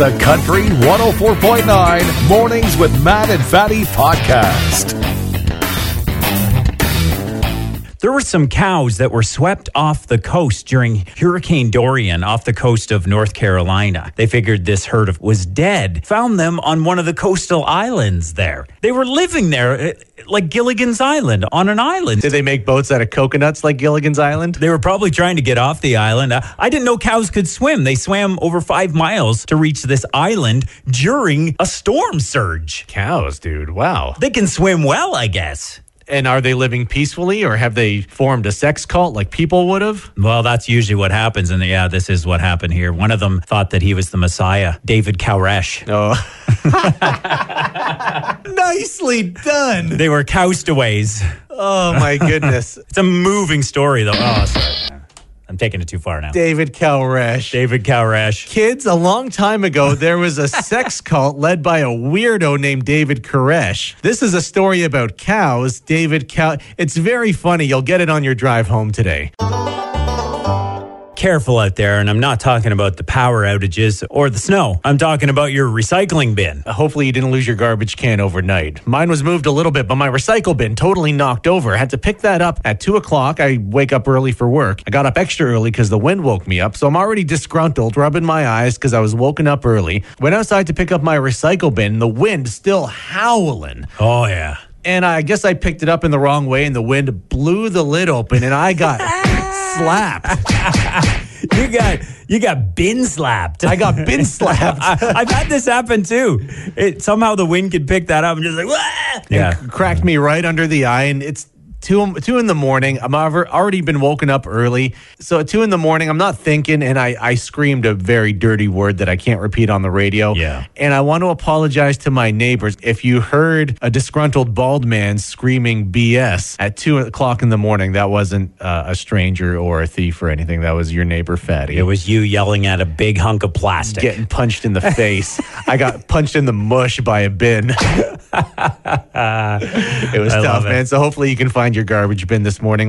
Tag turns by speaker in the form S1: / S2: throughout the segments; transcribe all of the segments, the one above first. S1: the Country 104.9 Mornings with Matt and Fatty podcast.
S2: There were some cows that were swept off the coast during Hurricane Dorian off the coast of North Carolina. They figured this herd of was dead, found them on one of the coastal islands there. They were living there eh, like Gilligan's Island on an island.
S3: Did they make boats out of coconuts like Gilligan's Island?
S2: They were probably trying to get off the island. Uh, I didn't know cows could swim. They swam over five miles to reach this island during a storm surge.
S3: Cows, dude. Wow.
S2: They can swim well, I guess.
S3: And are they living peacefully or have they formed a sex cult like people would have?
S2: Well, that's usually what happens. And yeah, this is what happened here. One of them thought that he was the Messiah, David Koresh.
S3: No.
S4: Nicely done.
S2: They were caustaways.
S3: Oh my goodness.
S2: It's a moving story, though. Oh, sorry. I'm taking it too far now.
S3: David Kalresh.
S2: David Koresh.
S3: Kids, a long time ago, there was a sex cult led by a weirdo named David Koresh. This is a story about cows. David Cow. It's very funny. You'll get it on your drive home today.
S2: Careful out there, and I'm not talking about the power outages or the snow. I'm talking about your recycling bin.
S3: Hopefully, you didn't lose your garbage can overnight. Mine was moved a little bit, but my recycle bin totally knocked over. I had to pick that up at 2 o'clock. I wake up early for work. I got up extra early because the wind woke me up, so I'm already disgruntled, rubbing my eyes because I was woken up early. Went outside to pick up my recycle bin, the wind still howling.
S2: Oh, yeah.
S3: And I guess I picked it up in the wrong way, and the wind blew the lid open, and I got slapped.
S2: You got you got bin slapped.
S3: I got bin slapped.
S2: I, I've had this happen too. It somehow the wind could pick that up and just like Wah! yeah.
S3: and c- cracked me right under the eye and it's two two in the morning i'm alre- already been woken up early so at two in the morning i'm not thinking and i i screamed a very dirty word that i can't repeat on the radio
S2: Yeah.
S3: and i want to apologize to my neighbors if you heard a disgruntled bald man screaming bs at two o'clock in the morning that wasn't uh, a stranger or a thief or anything that was your neighbor fatty
S2: It was you yelling at a big hunk of plastic.
S3: getting punched in the face i got punched in the mush by a bin it was
S2: I love
S3: tough
S2: it.
S3: man so hopefully you can find your garbage bin this morning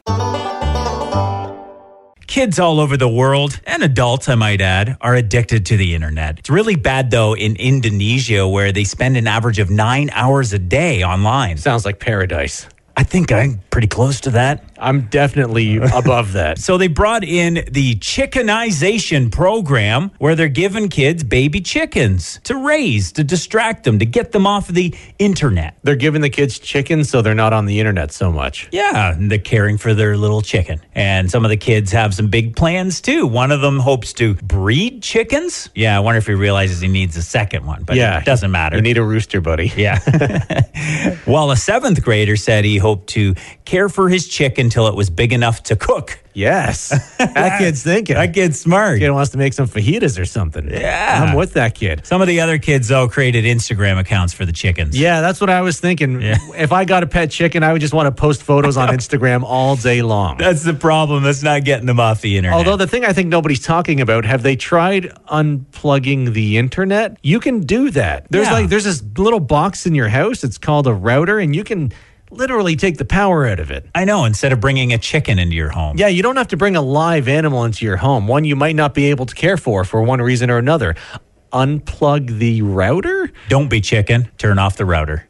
S2: Kids all over the world, and adults, I might add, are addicted to the internet. It's really bad, though, in Indonesia, where they spend an average of nine hours a day online.
S3: Sounds like paradise.
S2: I think I'm pretty close to that.
S3: I'm definitely above that.
S2: So they brought in the chickenization program where they're giving kids baby chickens to raise, to distract them, to get them off of the internet.
S3: They're giving the kids chickens so they're not on the internet so much.
S2: Yeah, and they're caring for their little chicken. And some of the kids have some big plans too. One of them hopes to breed chickens. Yeah, I wonder if he realizes he needs a second one, but
S3: Yeah.
S2: it doesn't matter.
S3: You need a rooster, buddy.
S2: yeah. While a seventh grader said he hoped to care for his chicken till it was big enough to cook.
S3: Yes. That kid's thinking.
S2: That
S3: That
S2: kid's smart.
S3: kid wants to make some fajitas or something. Yeah. I'm with that kid.
S2: Some of the other kids, though, created Instagram accounts for the chickens.
S3: Yeah, that's what I was thinking.
S2: Yeah.
S3: If I got a pet chicken, I would just want to post photos on Instagram all day long.
S2: That's the problem. That's not getting them off the internet.
S3: Although the thing I think nobody's talking about, have they tried unplugging the internet? You can do that. There's
S2: Yeah.
S3: like there's this little box in your house. It's called a router, and you can literally take the power out of it.
S2: I know, instead of bringing a chicken into your home.
S3: Yeah, you don't have to bring a live animal into your home. One you might not be able to care for for one reason or another. Unplug the router?
S2: Don't be chicken. Turn off the router.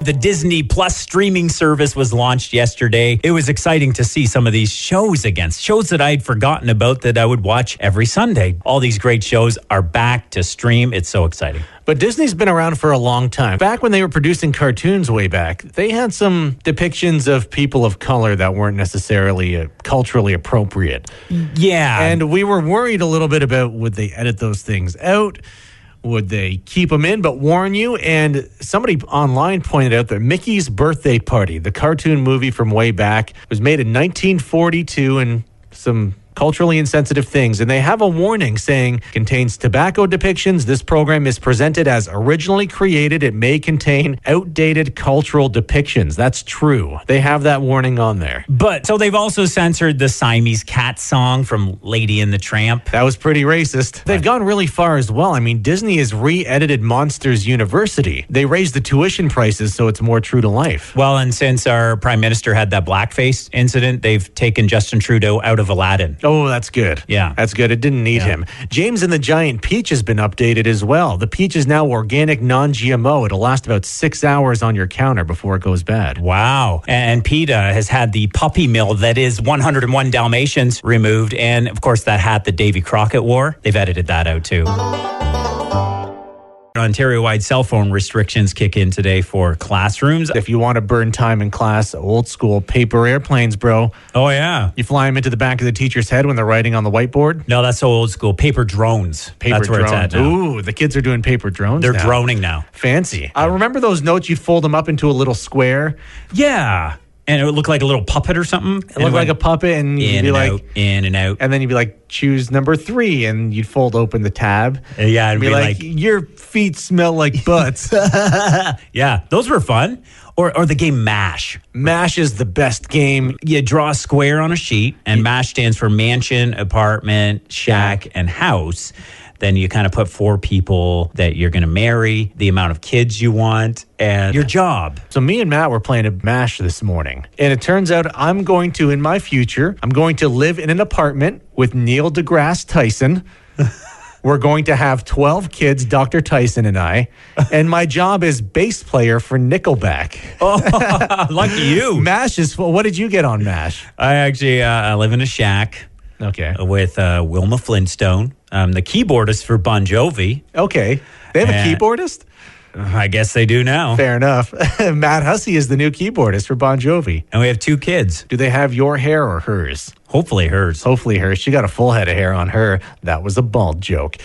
S2: The Disney Plus streaming service was launched yesterday. It was exciting to see some of these shows again, shows that I had forgotten about that I would watch every Sunday. All these great shows are back to stream. It's so exciting.
S3: But Disney's been around for a long time. Back when they were producing cartoons way back, they had some depictions of people of color that weren't necessarily uh, culturally appropriate.
S2: Yeah.
S3: And we were worried a little bit about would they edit those things out? Would they keep them in but warn you? And somebody online pointed out that Mickey's Birthday Party, the cartoon movie from way back, was made in 1942 and some culturally insensitive things. And they have a warning saying contains tobacco depictions. This program is presented as originally created. It may contain outdated cultural depictions. That's true. They have that warning on there.
S2: but so they've also censored the Siamese cat song from Lady and the Tramp.
S3: That was pretty racist. They've gone really far as well. I mean, Disney has re edited Monsters University. They raised the tuition prices so it's more true to life.
S2: Well, and since our prime minister had that blackface incident, they've taken Justin Trudeau out of Aladdin.
S3: Oh, that's good.
S2: Yeah.
S3: That's good. It didn't need him. James and the Giant Peach has been updated as well. The peach is now organic, non GMO. It'll last about six hours on your counter before it goes bad.
S2: Wow. And PETA has had the puppy mill that is 101 Dalmatians removed. And of course, that hat that Davy Crockett wore, they've edited that out too. Ontario wide cell phone restrictions kick in today for classrooms.
S3: If you want to burn time in class, old school paper airplanes, bro,
S2: Oh, yeah.
S3: you fly them into the back of the teacher's head when they're writing on the whiteboard.
S2: No, that's so old school. Paper drones.
S3: Paper
S2: that's where
S3: drones.
S2: it's at now.
S3: Ooh, the kids are doing paper drones.
S2: They're
S3: now.
S2: droning now.
S3: Fancy. I remember those notes. You'd fold them up into a little square.
S2: Yeah. And it would look like a little puppet or something.
S3: It looked like a puppet, and you'd
S2: in
S3: be
S2: and
S3: like,
S2: out, in and out.
S3: and then you'd be like, choose number three, and you'd fold open the tab.
S2: Uh, yeah, it'd
S3: and be,
S2: be
S3: like,
S2: like-
S3: your feet smell like butts.
S2: Yeah, those were fun. Or, or the game MASH.
S3: Mash is the best game.
S2: You draw a square on a sheet, and MASH stands for mansion, apartment, shack, and house. Then you kind of put four people that you're going to marry, the amount of kids you want, and your job.
S3: So me and Matt were playing a mash this morning, and it turns out I'm going to, in my future, I'm going to live in an apartment with Neil deGrasse Tyson. We're going to have 12 kids, Dr. Tyson and I, and my job is bass player for Nickelback.
S2: Uh, Lucky you.
S3: Mash is what did you get on Mash?
S2: I actually uh, I live in a shack
S3: Okay.
S2: with uh, Wilma Flintstone, um, the keyboardist for Bon Jovi.
S3: Okay. They have
S2: Uh,
S3: a keyboardist?
S2: I guess they do now.
S3: Fair enough. Matt Hussey is the new keyboardist for Bon Jovi.
S2: And we have two kids,
S3: Do they have your hair or hers?
S2: hopefully hers.
S3: Hopefully hers. She got a full head of hair on her. That was a bald joke.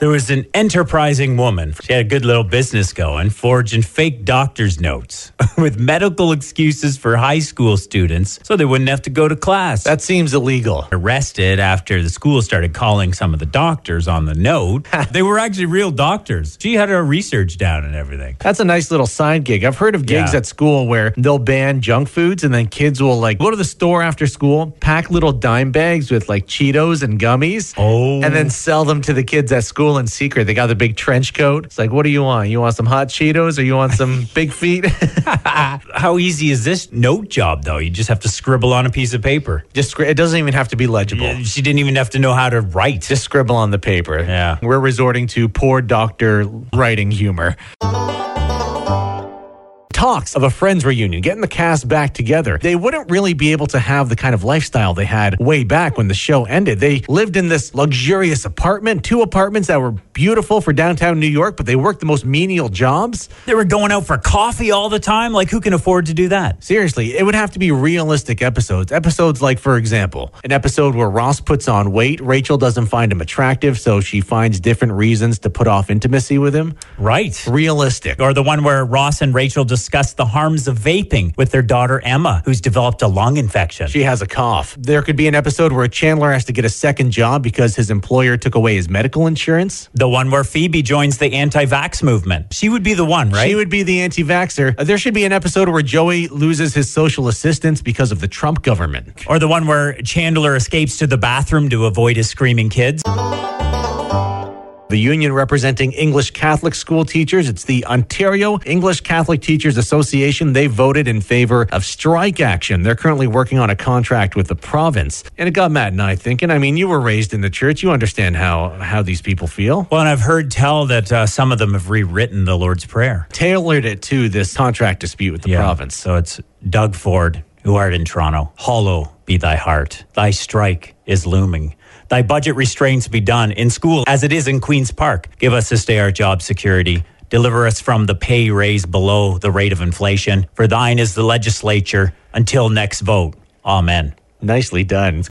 S2: There was an enterprising woman. She had a good little business going, forging fake doctor's notes with medical excuses for high school students so they wouldn't have to go to class.
S3: That seems illegal.
S2: Arrested after the school started calling some of the doctors on the note. they were actually real doctors. She had her research down and everything.
S3: That's a nice little side gig. I've heard of gigs
S2: Yeah.
S3: at school where they'll ban junk foods and then kids will like go to the store after school, pack little dime bags with like Cheetos and gummies.
S2: Oh.
S3: And then sell them to the kids at school in secret. They got the big trench coat. It's like, what do you want? You want some hot Cheetos or you want some big feet?
S2: How easy is this note job, though? You just have to scribble on a piece of paper.
S3: Just scri- it doesn't even have to be legible.
S2: She didn't even have to know how to write.
S3: Just scribble on the paper.
S2: Yeah.
S3: We're resorting to poor doctor writing humor. Talks of a friends reunion, getting the cast back together. They wouldn't really be able to have the kind of lifestyle they had way back when the show ended. They lived in this luxurious apartment, two apartments that were beautiful for downtown New York, but they worked the most menial jobs.
S2: They were going out for coffee all the time. Like, who can afford to do that?
S3: Seriously, it would have to be realistic episodes. Episodes like, for example, an episode where Ross puts on weight, Rachel doesn't find him attractive, so she finds different reasons to put off intimacy with him.
S2: Right.
S3: Realistic.
S2: Or the one where Ross and Rachel discuss the harms of vaping with their daughter Emma, who's developed a lung infection.
S3: She has a cough. There could be an episode where Chandler has to get a second job because his employer took away his medical insurance.
S2: the one where Phoebe joins the anti vax movement. She would be the one, right?
S3: She would be the anti vaxxer. There should be an episode where Joey loses his social assistance because of the Trump government.
S2: or the one where Chandler escapes to the bathroom to avoid his screaming kids.
S3: The union representing English Catholic school teachers, it's the Ontario English Catholic Teachers Association. They voted in favor of strike action. They're currently working on a contract with the province. And it got Matt and I thinking. I mean, you were raised in the church. You understand how how these people feel.
S2: Well, and I've heard tell that uh, some of them have rewritten the Lord's Prayer.
S3: Tailored it to this contract dispute with the province.
S2: So it's Doug Ford, who art in Toronto. Hollow be thy heart. Thy strike is looming. Thy budget restraints be done in school as it is in Queen's Park. Give us this day our job security. Deliver us from the pay raise below the rate of inflation. For thine is the legislature until next vote. Amen.
S3: Nicely done.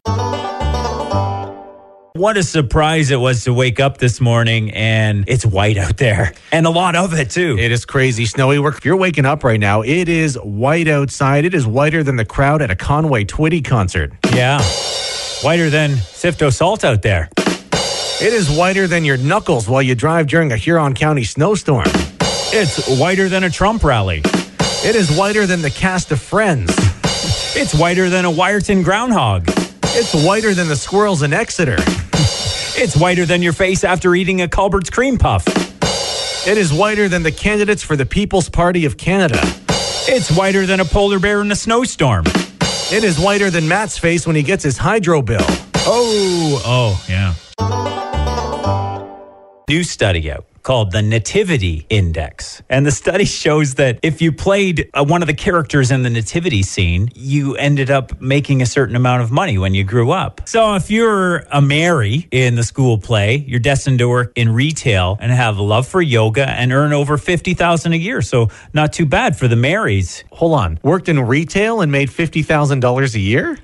S2: What a surprise it was to wake up this morning and it's white out there and a lot of it too.
S3: It is crazy snowy work. If you're waking up right now, it is white outside. It is whiter than the crowd at a Conway Twitty concert.
S2: yeah. Whiter than Sifto salt out there.
S3: It is whiter than your knuckles while you drive during a Huron County snowstorm.
S2: It's whiter than a Trump rally.
S3: It is whiter than the cast of Friends.
S2: It's whiter than a Wyerton groundhog.
S3: It's whiter than the squirrels in Exeter.
S2: It's whiter than your face after eating a Culbert's cream puff.
S3: It is whiter than the candidates for the People's Party of Canada.
S2: It's whiter than a polar bear in a snowstorm.
S3: It is whiter than Matt's face when he gets his hydro bill.
S2: Oh, oh, yeah. New study out called the Nativity Index. And the study shows that if you played uh, one of the characters in the Nativity scene, you ended up making a certain amount of money when you grew up. So if you're a Mary in the school play, you're destined to work in retail and have a love for yoga and earn over 50,000 a year. So not too bad for the Marys.
S3: Hold on. Worked in retail and made $50,000 a year?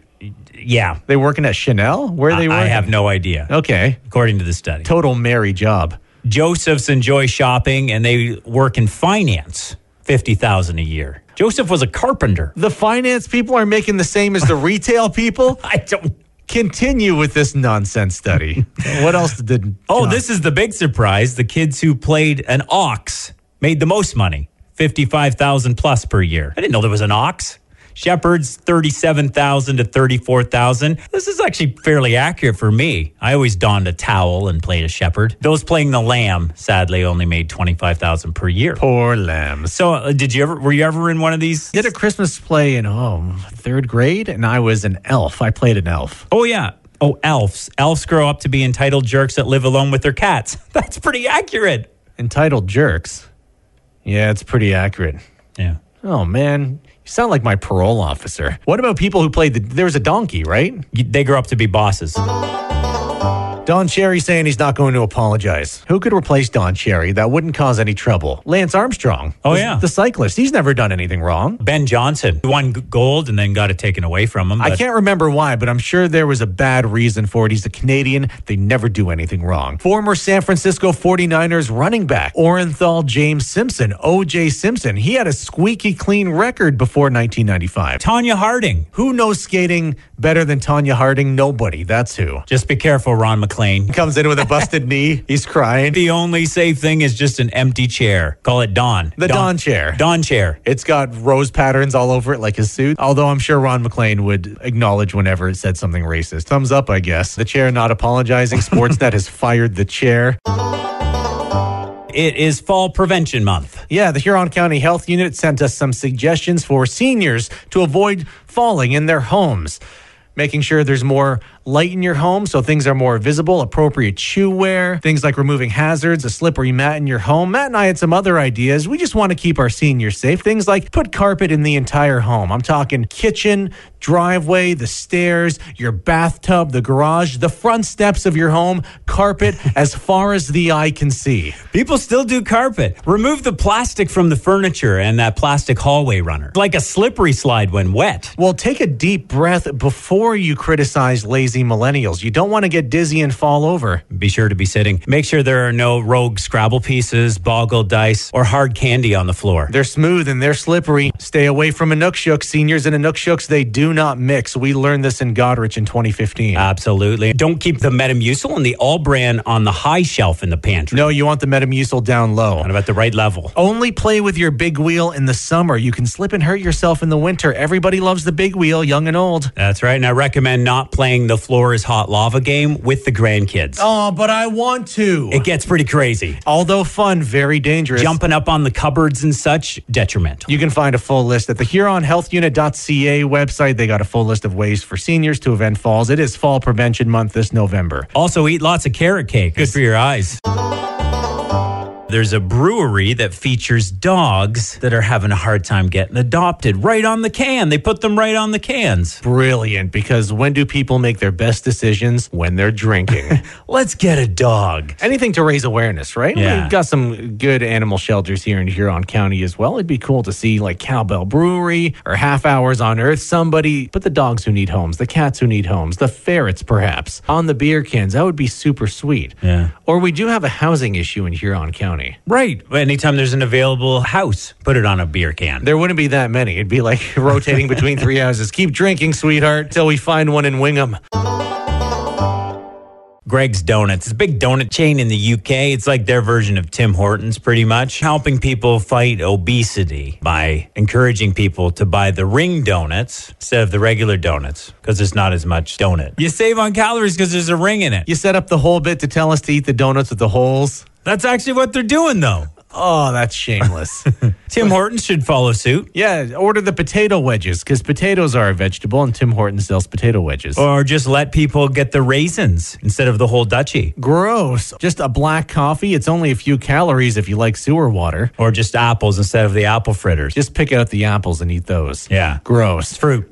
S2: Yeah.
S3: They working at Chanel? Where are they working?
S2: I have no idea.
S3: Okay.
S2: According to the study.
S3: Total Mary job.
S2: Josephs enjoy shopping and they work in finance, 50,000 a year. Joseph was a carpenter.
S3: The finance people are making the same as the retail people?
S2: I don't
S3: Continue with this nonsense study. what else did
S2: Oh,
S3: John-
S2: this is the big surprise. The kids who played an ox made the most money, 55,000 plus per year. I didn't know there was an ox. Shepherds 37,000 to 34,000. This is actually fairly accurate for me. I always donned a towel and played a shepherd. Those playing the lamb sadly only made 25,000 per year.
S3: poor lambs.
S2: So, uh, did you ever were you ever in one of these?
S3: Did a Christmas play in oh, third grade and I was an elf. I played an elf.
S2: Oh yeah. Oh, elves. Elves grow up to be entitled jerks that live alone with their cats. That's pretty accurate.
S3: Entitled jerks. Yeah, it's pretty accurate.
S2: Yeah.
S3: Oh man, you sound like my parole officer. What about people who played the there was a donkey, right?
S2: You- They grow up to be bosses.
S3: Don Cherry saying he's not going to apologize. Who could replace Don Cherry? That wouldn't cause any trouble. Lance Armstrong.
S2: Oh,
S3: the-
S2: yeah.
S3: The cyclist. He's never done anything wrong.
S2: Ben Johnson won g- gold and then got it taken away from him.
S3: I
S2: but-
S3: can't remember why, but I'm sure there was a bad reason for it. He's a Canadian. They never do anything wrong. Former San Francisco 49ers running back, Orenthal James Simpson, OJ Simpson. He had a squeaky clean record before 1995.
S2: Tanya Harding.
S3: Who knows skating better than Tanya Harding? Nobody. That's who.
S2: Just be careful, Ron McLean.
S3: Comes in with a busted knee. He's crying.
S2: The only safe thing is just an empty chair. Call it Don.
S3: The Don chair.
S2: Don chair.
S3: It's got rose patterns all over it, like his suit. Although I'm sure Ron McLean would acknowledge whenever it said something racist. Thumbs up, I guess. The chair not apologizing. Sportsnet has fired the chair.
S2: It is Fall Prevention Month.
S3: Yeah, the Huron County Health Unit sent us some suggestions for seniors to avoid falling in their homes. Making sure there's more light in your home so things are more visible, appropriate shoe wear, things like removing hazards, a slippery mat in your home. Matt and I had some other ideas. We just want to keep our seniors safe. Things like put carpet in the entire home. I'm talking kitchen, driveway, the stairs, your bathtub, the garage, the front steps of your home, carpet as far as the eye can see.
S2: People still do carpet. Remove the plastic from the furniture and that plastic hallway runner. Like a slippery slide when wet.
S3: Well, take a deep breath before you criticize lazy millennials. You don't want to get dizzy and fall over.
S2: Be sure to be sitting. Make sure there are no rogue Scrabble pieces, boggle dice, or hard candy on the floor.
S3: They're smooth and they're slippery. Stay away from Inukshuk. Seniors and Inukshuk's, they do not mix. We learned this in Godrich in 2015.
S2: Absolutely. Don't keep the Metamucil and the All Brand on the high shelf in the pantry.
S3: no, you want the Metamucil down low.
S2: Kind of at the right level.
S3: Only play with your big wheel in the summer. You can slip and hurt yourself in the winter. Everybody loves the big wheel, young and old.
S2: That's right. And I recommend not playing the floor is hot lava game with the grandkids.
S3: Oh, but I want to.
S2: It gets pretty crazy.
S3: Although fun, very dangerous.
S2: Jumping up on the cupboards and such, detrimental.
S3: You can find a full list at the HuronHealthUnit.ca website. They got a full list of ways for seniors to event falls. It is Fall Prevention Month this November.
S2: Also, eat lots of carrot cake. Good for your eyes. There's a brewery that features dogs that are having a hard time getting adopted right on the can. They put them right on the cans.
S3: Brilliant, because when do people make their best decisions? When they're drinking.
S2: Let's get a dog.
S3: Anything to raise awareness, right?
S2: Yeah.
S3: We've got some good animal shelters here in Huron County as well. It'd be cool to see like Cowbell Brewery or Half Hours on Earth, somebody put the dogs who need homes, the cats who need homes, the ferrets perhaps, on the beer cans. That would be super sweet.
S2: Yeah.
S3: Or we do have a housing issue in Huron County.
S2: Right. Anytime there's an available house, put it on a beer can.
S3: There wouldn't be that many. It'd be like rotating between three houses. Keep drinking, sweetheart, till we find one in Wingham.
S2: Greg's Donuts, it's a big donut chain in the UK. It's like their version of Tim Hortons, pretty much, helping people fight obesity by encouraging people to buy the ring donuts instead of the regular donuts because there's not as much donut. You save on calories because there's a ring in it.
S3: You set up the whole bit to tell us to eat the donuts with the holes.
S2: That's actually what they're doing, though.
S3: Oh, that's shameless.
S2: Tim Hortons should follow suit.
S3: yeah, order the potato wedges because potatoes are a vegetable, and Tim Hortons sells potato wedges.
S2: Or just let people get the raisins instead of the whole duchy.
S3: Gross. Just a black coffee. It's only a few calories if you like sewer water.
S2: Or just apples instead of the apple fritters. Just
S3: Just pick out the apples and eat those.
S2: Yeah.
S3: Gross.
S2: fruit.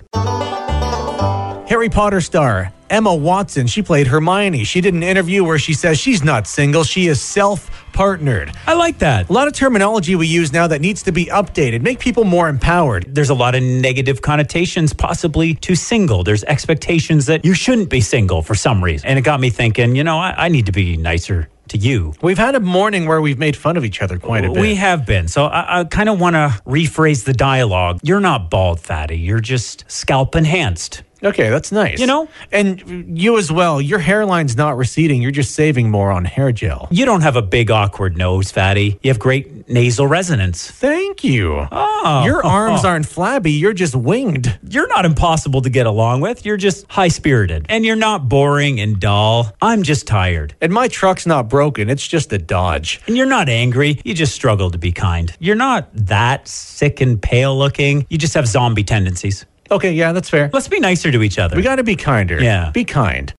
S3: Harry Potter star Emma Watson, she played Hermione. She did an interview where she says she's not single, she is self partnered.
S2: I like that.
S3: A lot of terminology we use now that needs to be updated, make people more empowered.
S2: There's a lot of negative connotations possibly to single. There's expectations that you shouldn't be single for some reason. And it got me thinking, you know, I, I need to be nicer to you.
S3: We've had a morning where we've made fun of each other quite a bit.
S2: We have been. So I, I kind of want to rephrase the dialogue. You're not bald, fatty. You're just scalp enhanced.
S3: okay, that's nice.
S2: You know?
S3: and you as well, your hairline's not receding, you're just saving more on hair gel.
S2: You don't have a big, awkward nose, fatty. You have great nasal resonance.
S3: Thank you. Oh. Your arms aren't flabby, you're just winged.
S2: You're not impossible to get along with. You're just high spirited. And you're not boring and dull. I'm just tired.
S3: And my truck's not broken, it's just a Dodge.
S2: And you're not angry. You just struggle to be kind. You're not that sick and pale looking. You just have zombie tendencies.
S3: Okay, yeah, that's fair.
S2: Let's be nicer to each other.
S3: We got to be kinder.
S2: Yeah.
S3: Be kind.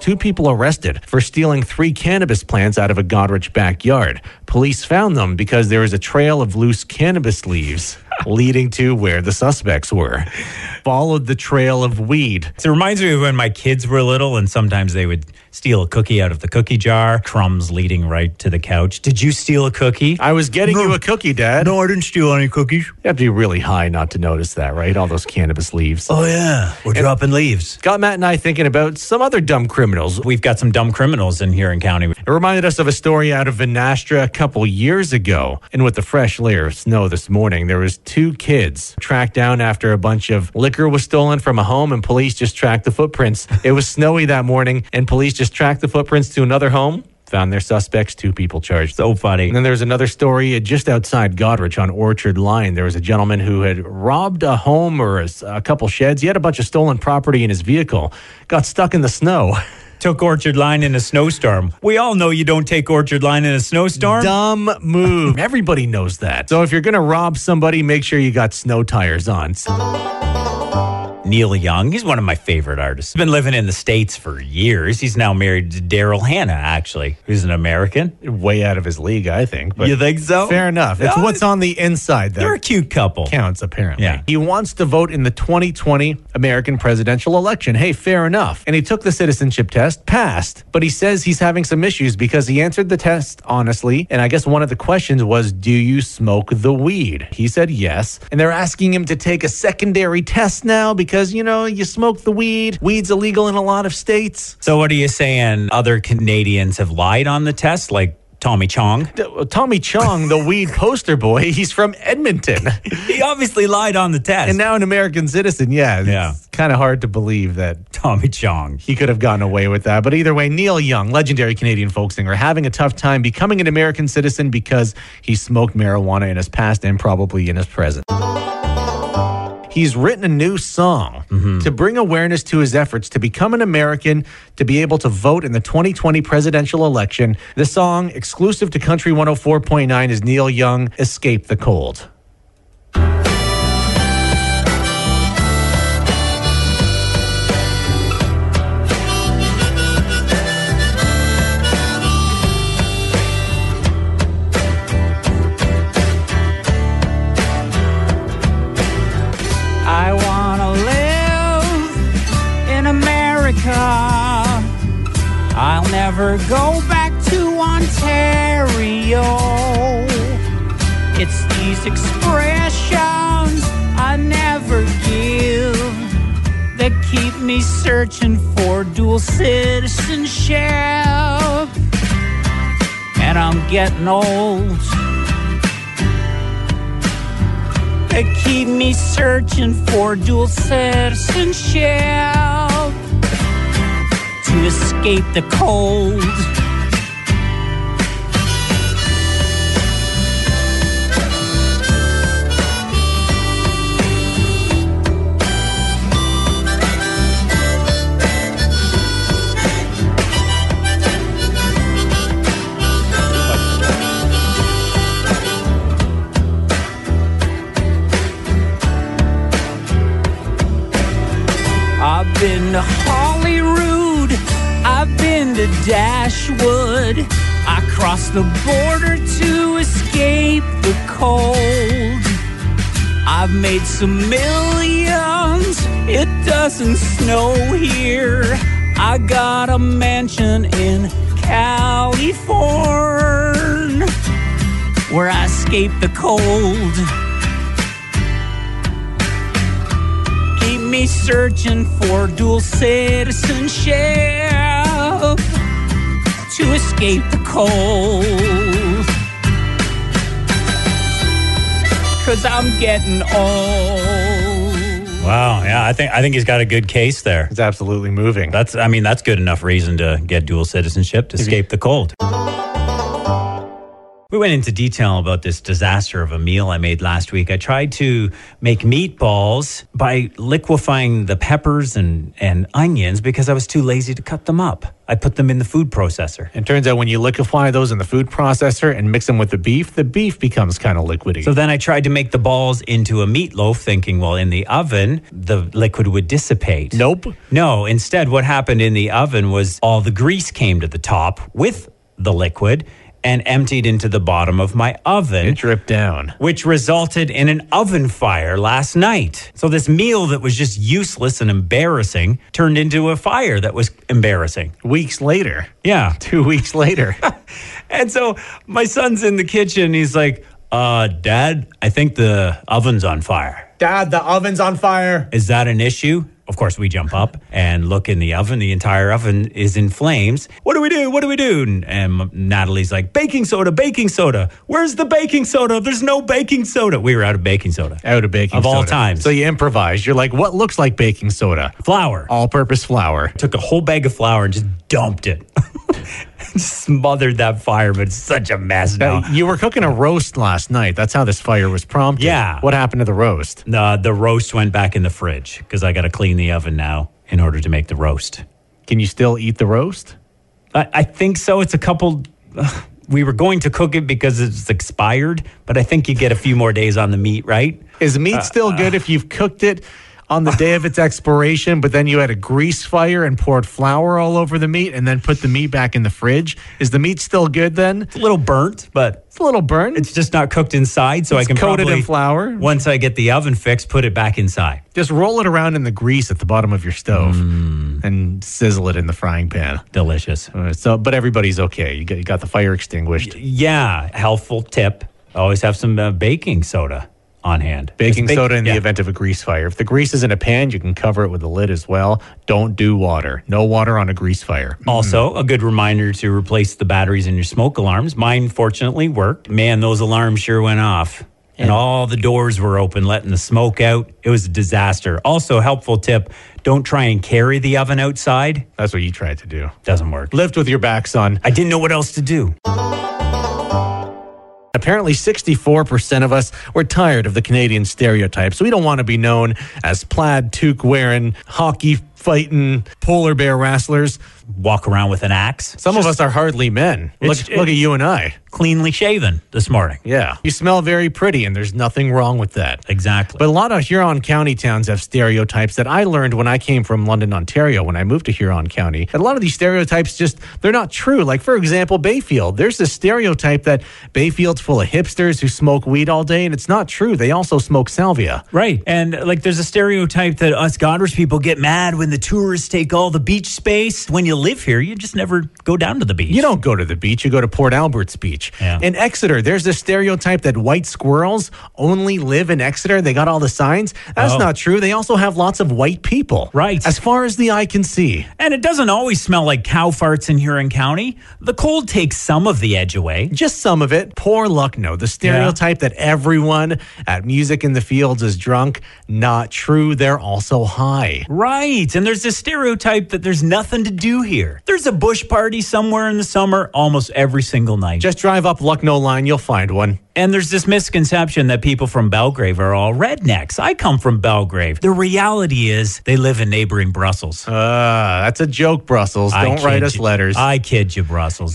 S3: Two people arrested for stealing three cannabis plants out of a Godrich backyard. Police found them because there was a trail of loose cannabis leaves leading to where the suspects were. Followed the trail of weed.
S2: So it reminds me of when my kids were little, and sometimes they would steal a cookie out of the cookie jar, crumbs leading right to the couch. Did you steal a cookie?
S3: I was getting you a cookie, Dad.
S2: I didn't steal any cookies.
S3: You have to be really high not to notice that, right? All those cannabis leaves.
S2: Oh, yeah. We're dropping leaves.
S3: Got Matt and I thinking about some other dumb criminals
S2: We've got some dumb criminals in here in County.
S3: It reminded us of a story out of Venastra a couple years ago. And with the fresh layer of snow this morning, there was two kids tracked down after a bunch of liquor was stolen from a home and police just tracked the footprints. It was snowy that morning and police just tracked the footprints to another home. Found their suspects, two people charged.
S2: So funny.
S3: And then there was another story uh, just outside Godrich on Orchard Line. There was a gentleman who had robbed a home or a, s- a couple sheds. He had a bunch of stolen property in his vehicle, got stuck in the snow.
S2: Took Orchard Line in a snowstorm. We all know you don't take Orchard Line in a snowstorm.
S3: Dumb move. Everybody knows that. So if you're going to rob somebody, make sure you got snow tires on.
S2: Neil Young, he's one of my favorite artists. He's been living in the States for years. He's now married to Daryl Hannah, actually, who's an American.
S3: Way out of his league, I think. But
S2: You think so?
S3: Fair enough. It's
S2: No,
S3: what's on the inside
S2: They're a
S3: that
S2: cute couple.
S3: counts, apparently.
S2: Yeah.
S3: He wants to vote in the 2020 American presidential election. Hey, fair enough. And he took the citizenship test, passed, but he says he's having some issues because he answered the test honestly. And I guess one of the questions was, Do you smoke the weed? He said yes. And they're asking him to take a secondary test now because, you know, you smoke the weed. Weed's illegal in a lot of states.
S2: So, what are you saying? Other Canadians have lied on the test, like Tommy Chong?
S3: D- uh, Tommy Chong, the weed poster boy, he's from Edmonton.
S2: He obviously lied on the test.
S3: And now an American citizen. Yeah. It's
S2: Yeah.
S3: kind of hard to believe that
S2: Tommy Chong.
S3: he could have gotten away with that. But either way, Neil Young, legendary Canadian folk singer, having a tough time becoming an American citizen because he smoked marijuana in his past and probably in his present. He's written a new song to bring awareness to his efforts to become an American, to be able to vote in the 2020 presidential election. The song, exclusive to Country 104.9, is Neil Young, Escape the Cold.
S5: I wanna live in America. I'll never go back to Ontario. It's these expressions I never give that keep me searching for dual citizenship. And I'm getting old. that keep me searching for dual citizenship to escape the cold. Mr. Dashwood. I crossed the border to escape the cold. I've made some millions. It doesn't snow here. I got a mansion in California where I escape the cold. Keep me searching for dual citizenship to escape the cold. Cause I'm getting old.
S2: Wow. Yeah, I think I think he's got a good case there.
S3: It's absolutely moving.
S2: That's I mean that's good enough reason to get dual citizenship to escape the cold. We went into detail about this disaster of a meal I made last week. I tried to make meatballs by liquefying the peppers and, and onions because I was too lazy to cut them up. I put them in the food processor.
S3: and turns out when you liquefy those in the food processor and mix them with the beef, the beef becomes kind of liquidy.
S2: So then I tried to make the balls into a meatloaf, thinking, well, in the oven, the liquid would dissipate.
S3: nope.
S2: No, instead, what happened in the oven was all the grease came to the top with the liquid and emptied into the bottom of my oven.
S3: It dripped down.
S2: Which resulted in an oven fire last night. So, this meal that was just useless and embarrassing turned into a fire that was embarrassing.
S3: Weeks later,
S2: Yeah.
S3: two weeks later,
S2: And so, my son's in the kitchen. He's like, uh, Dad, I think the oven's on fire.
S4: Dad, the oven's on fire.
S2: Is that an issue? Of course, we jump up and look in the oven. The entire oven is in flames. What do we do? What do we do? And, and Natalie's like, baking soda, baking soda. Where's the baking soda? There's no baking soda. We were out of baking soda.
S3: out of baking
S2: Of all
S3: soda.
S2: times.
S3: So you improvise. You're like, what looks like baking soda?
S2: Flour.
S4: uh,
S3: All purpose flour.
S2: Took a whole bag of flour and just dumped it. Smothered that fire, but it's such a mess now.
S3: Now, you were cooking a roast last night. That's how this fire was prompted.
S2: Yeah.
S3: What happened to the roast?
S2: Uh, the roast went back in the fridge because I got to clean the oven now in order to make the roast.
S3: Can you still eat the roast?
S2: I, I think so. It's a couple. we were going to cook it because it's expired, but I think you get a few more days on the meat, right?
S3: Is meat still good if you've cooked it on the day of its expiration, but then you had a grease fire and poured flour all over the meat and then put the meat back in the fridge? Is the meat still good then?
S2: It's a little burnt, but
S3: It's a little burnt.
S2: it's just not cooked inside, so I
S3: It's
S2: can
S3: coated in
S2: probably,
S3: flour.
S2: Once I get the oven fixed, put it back inside.
S3: just roll it around in the grease at the bottom of your stove
S2: Hmm.
S3: and sizzle it in the frying pan.
S2: Delicious.
S3: Uh, So, but everybody's okay. You got, you got the fire extinguished.
S2: Yeah, helpful tip. Always have some uh, baking soda on hand.
S3: Baking
S2: Just bake-
S3: soda in
S2: yeah.
S3: the event of a grease fire. If the grease is in a pan, you can cover it with a lid as well. Don't do water. No water on a grease fire.
S2: Also, a good reminder to replace the batteries in your smoke alarms. Mine fortunately worked. Man, those alarms sure went off. And all the doors were open, letting the smoke out. It was a disaster. Also, helpful tip don't try and carry the oven outside.
S3: That's what you tried to do.
S2: Doesn't work.
S3: Lift with your back, son.
S2: I didn't know what else to do.
S3: Apparently, 64% of us were tired of the Canadian stereotypes. We don't want to be known as plaid toque wearing, hockey fighting, polar bear wrestlers.
S2: Walk around with an axe.
S3: Some of us are hardly men. Look,
S2: It's-
S3: look at you and I.
S2: Cleanly shaven this morning.
S3: Yeah. You smell very pretty, and there's nothing wrong with that.
S2: Exactly.
S3: But a lot of Huron County towns have stereotypes that I learned when I came from London, Ontario, when I moved to Huron County. And a lot of these stereotypes just, they're not true. Like, for example, Bayfield. There's this stereotype that Bayfield's full of hipsters who smoke weed all day, and it's not true. They also smoke salvia.
S2: Right. And uh, like there's a stereotype that us Goderich people get mad when the tourists take all the beach space. When you live here, you just never go down to the beach.
S3: You don't go to the beach, you go to Port Albert's beach.
S2: Yeah.
S3: In Exeter, there's this stereotype that white squirrels only live in Exeter. They got all the signs. That's
S2: Oh.
S3: not true. They also have lots of white people.
S2: Right.
S3: As far as the eye can see.
S2: And it doesn't always smell like cow farts in Huron County. The cold takes some of the edge away.
S3: Just some of it. Poor Lucknow. The stereotype that everyone at Music in the Fields is drunk. Not true. They're also high.
S2: Right. And there's this stereotype that there's nothing to do here. There's a bush party somewhere in the summer almost every single night.
S3: Just drive up Lucknow line, you'll find one.
S2: and there's this misconception that people from Belgrave are all rednecks. I come from Belgrave. The reality is they live in neighboring Brussels.
S3: Uh, that's a joke, Brussels.
S2: I
S3: Don't write
S2: kid
S3: us
S2: you.
S3: letters.
S2: I kid you, Brussels.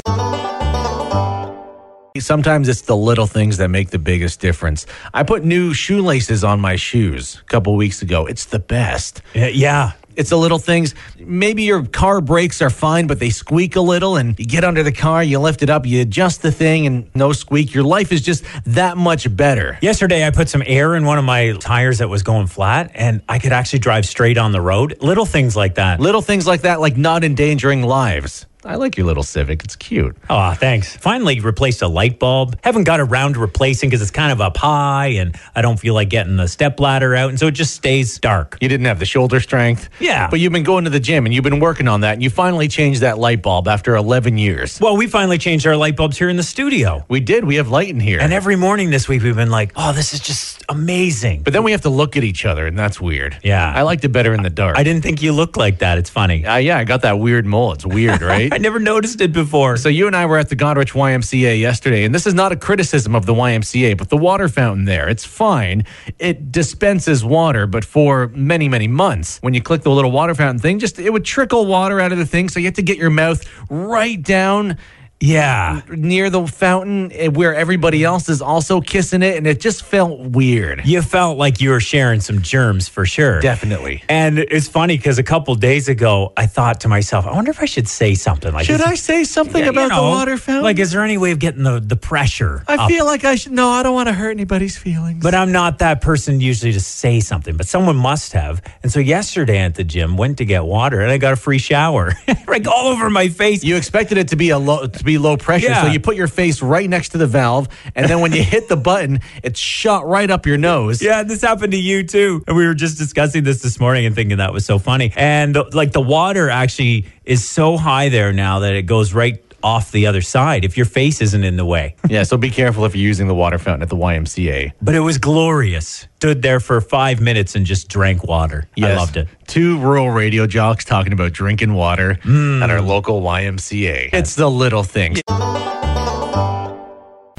S3: Sometimes it's the little things that make the biggest difference. I put new shoelaces on my shoes a couple weeks ago. It's the best.
S2: Yeah, Yeah.
S3: It's the little things. Maybe your car brakes are fine, but they squeak a little, and you get under the car, you lift it up, you adjust the thing, and no squeak. Your life is just that much better.
S2: Yesterday, I put some air in one of my tires that was going flat, and I could actually drive straight on the road. Little things like that.
S3: Little things like that, like not endangering lives. I like your little Civic. It's cute.
S2: Aw, thanks. Finally replaced a light bulb. Haven't got around to replacing because it's kind of up high, and I don't feel like getting the step ladder out, and so it just stays dark.
S3: You didn't have the shoulder strength.
S2: Yeah.
S3: But you've been going to the gym and you've been working on that, and you finally changed that light bulb after 11 years.
S2: Well, we finally changed our light bulbs here in the studio.
S3: We did. We have light in here.
S2: And every morning this week, we've been like, oh, this is just amazing. But
S3: but then we have to look at each other, and that's weird.
S2: Yeah.
S3: I liked it better in the dark.
S2: I didn't think you looked like that. It's funny.
S3: Uh, yeah, I got that weird mole. It's weird, right?
S2: I never noticed it before.
S3: So you and I were at the Godrich YMCA yesterday, and this is not a criticism of the YMCA, but the water fountain there, it's fine. It dispenses water, but for many, many months, when you click the little water fountain thing, just it would trickle water out of the thing, so you have to get your mouth right down
S2: yeah.
S3: near the fountain eh, where everybody else is also kissing it, and it just felt weird.
S2: You felt like you were sharing some germs for sure.
S3: Definitely.
S2: And it's funny because a couple days ago, I thought to myself, I wonder if I should say something like
S3: Should
S2: is-
S3: I say something
S2: Yeah, you
S3: about
S2: know,
S3: the water fountain?
S2: Like, is there any way of getting the, the pressure?
S3: I
S2: up?
S3: feel like I should. No, I don't want to hurt anybody's feelings.
S2: But I'm not that person usually to say something, but someone must have. And so yesterday at the gym, went to get water and I got a free shower, like all over my face.
S3: You expected it to be a low to be low pressure,
S2: Yeah.
S3: so you put your face right next to the valve, and then when you hit the button, it shot right up your nose.
S2: Yeah, this happened to you too. And we were just discussing this this morning and thinking that was so funny. And the, like the water actually is so high there now that it goes right off the other side if your face isn't in the way.
S3: Yeah, so be careful if you're using the water fountain at the YMCA.
S2: But it was glorious. Stood there for five minutes and just drank water. I
S3: Yes.
S2: loved it.
S3: Two rural radio jocks talking about drinking water at our local YMCA. Mm. It's the little things.